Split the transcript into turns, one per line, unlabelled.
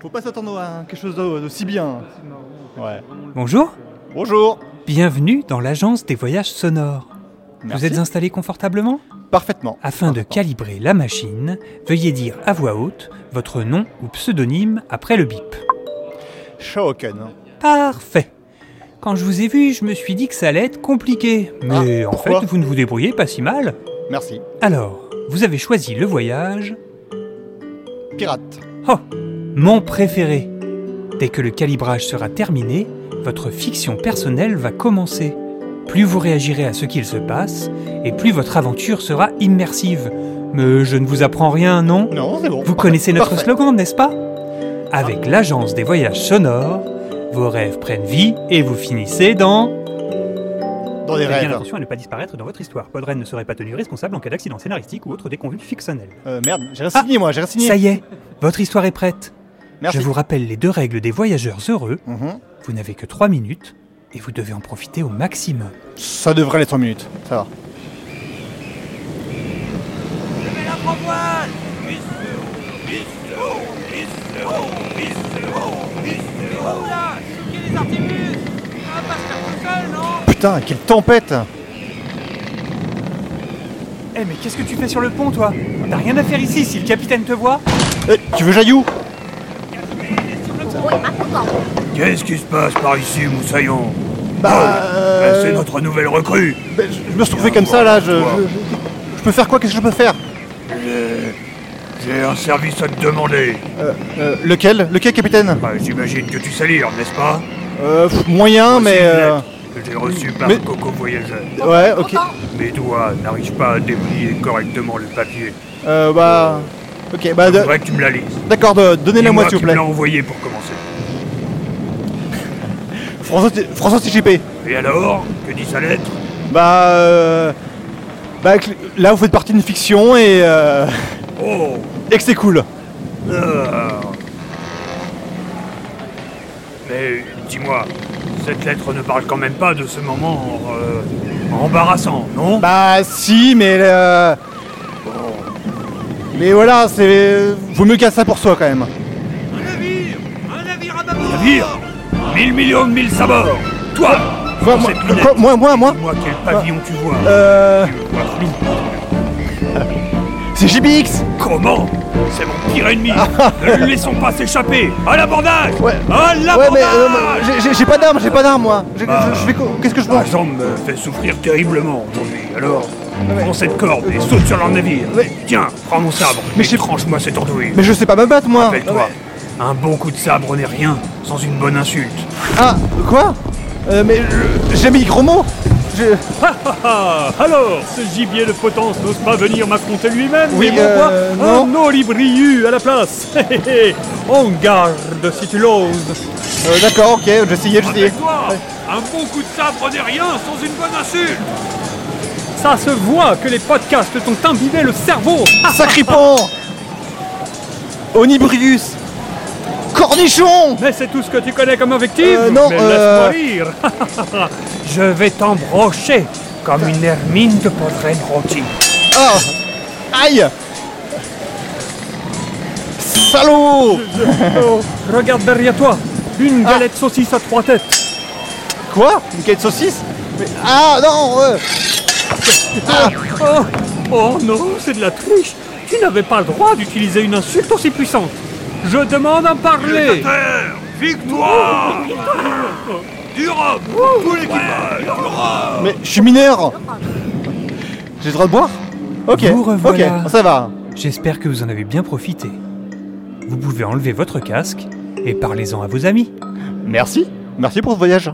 Faut pas s'attendre à quelque chose de, de si bien. Ouais.
Bonjour,
Bonjour.
bienvenue dans l'agence des voyages sonores. Vous
Merci.
êtes installé confortablement
Parfaitement.
Afin de calibrer la machine, veuillez dire à voix haute votre nom ou pseudonyme après le bip.
Shaoken.
Parfait. Quand je vous ai vu, je me suis dit que ça allait être compliqué. Mais
Ah,
en
pourquoi
fait, vous ne vous débrouillez pas si mal.
Merci.
Alors, vous avez choisi le voyage,
Pirate.
oh, mon préféré. Dès que le calibrage sera terminé, votre fiction personnelle va commencer. Plus vous réagirez à ce qu'il se passe, et plus votre aventure sera immersive. Mais je ne vous apprends rien, non
Non, c'est bon.
Vous connaissez notre
Parfait.
slogan, n'est-ce pas Avec l'agence des voyages sonores, vos rêves prennent vie et vous finissez dans...
Dans les
Faites Eh bien
rêves.
attention à ne pas disparaître dans votre histoire. Podren ne serait pas tenu responsable en cas d'accident scénaristique ou autre déconvenue fictionnelle.
Euh, merde, j'ai re-signé moi, j'ai re-signé.
Ça y est, votre histoire est prête.
Merci.
Je vous rappelle les deux règles des voyageurs heureux.
Mhm.
Vous n'avez que 3 minutes et vous devez en profiter au maximum.
Ça devrait les 3 minutes. Ça va. Putain, quelle tempête Euh,
Eh mais qu'est-ce que tu fais sur le pont toi T'as rien à faire ici si le capitaine te voit
Eh, Tu veux Jaillou
Qu'est-ce qui se passe par ici, Moussaillon
Bah...
Ben, C'est
euh,
notre nouvelle recrue
ben, je je me suis trouvé comme ça là, je... je- je- je peux faire quoi Qu'est-ce que je peux faire
J'ai un service à te demander.
Euh, euh, Lequel Lequel capitaine
Ben, J'imagine que tu sais lire, n'est-ce pas
Euh, pff, moyen,
Voici
mais...
une
euh,
lettre que J'ai reçue par
mais-
Coco Voyageur.
Ouais, ok.
Mes doigts n'arrivent pas à déplier correctement le papier.
Euh, bah... Ok, bah...
Je
de-
voudrais que tu me la lises.
D'accord, de- donnez-la moi
Dis-moi
s'il vous
qui
plaît.
me l'a envoyé pour commencer.
François, T- François TGP.
Et alors Que dit sa lettre
Bah... euh, Bah que- là vous faites partie d'une fiction et... Euh...
Oh
Et que c'est cool.
ah. Mais dis-moi, cette lettre ne parle quand même pas de ce moment euh, embarrassant, non
Bah si, mais... euh, Mais voilà, c'est... Vaut mieux qu'à ça pour soi quand même.
Navire 1000 millions de mille sabords Toi
Quoi,
dans
moi,
cette lunette,
quoi, moi, moi, moi
Dis-moi quel pavillon tu vois
Euh...
Tu le vois flou.
C'est JBX
Comment C'est mon pire ennemi Ne le laissons pas s'échapper À l'abordage
Ah. Ouais.
À
Ouais,
l'abordage
mais... euh, mais j'ai- j'ai- j'ai pas d'arme, j'ai pas d'arme moi. J'ai- je- je fais quoi Qu'est-ce que je
Ma
mange
jambe me fait souffrir terriblement aujourd'hui, alors...
mais-
Prends cette corde et saute sur leur navire
Mais-
Tiens, prends mon sabre
Mais
Mais
j'ai-
tranche-moi cette andouille
Mais je sais pas me battre moi
Rappelle-toi, un bon coup de sabre n'est rien sans une bonne insulte
Ah, quoi euh, Mais je- j'ai mis les gros mots Je- euh,
Ah, alors, ce gibier de potence n'ose pas venir m'affronter lui-même,
Oui,
mais mon roi,
euh, non.
un olibriu à la place. Hé, hé, hé. On garde si tu l'oses.
Euh, D'accord, ok, j'essayais, j'essayais.
Rappelle-toi, un bon coup de sabre n'est rien sans une bonne insulte
Ça se voit que les podcasts t'ont imbibé le cerveau.
Sacripant Onibrius Cornichon
Mais c'est tout ce que tu connais comme invective
Euh, non,
Mais laisse-moi
euh,
rire.
Je vais t'embrocher comme une hermine de poitrine rôtie.
Ah Aïe Salaud
Oh, regarde derrière toi, une
Ah.
galette saucisse à trois têtes.
Quoi Une quête saucisse Mais- Ah non Ah, euh,
Oh, oh non, c'est de la triche. Tu n'avais pas le droit d'utiliser une insulte aussi puissante. Je demande à parler.
Victoire D'Europe Tout l'équipage
Mais je suis mineur J'ai le droit de boire Ok,
Vous revoilà.
ok, ça va.
J'espère que vous en avez bien profité. Vous pouvez enlever votre casque et parlez-en à vos amis.
Merci. Merci pour ce voyage.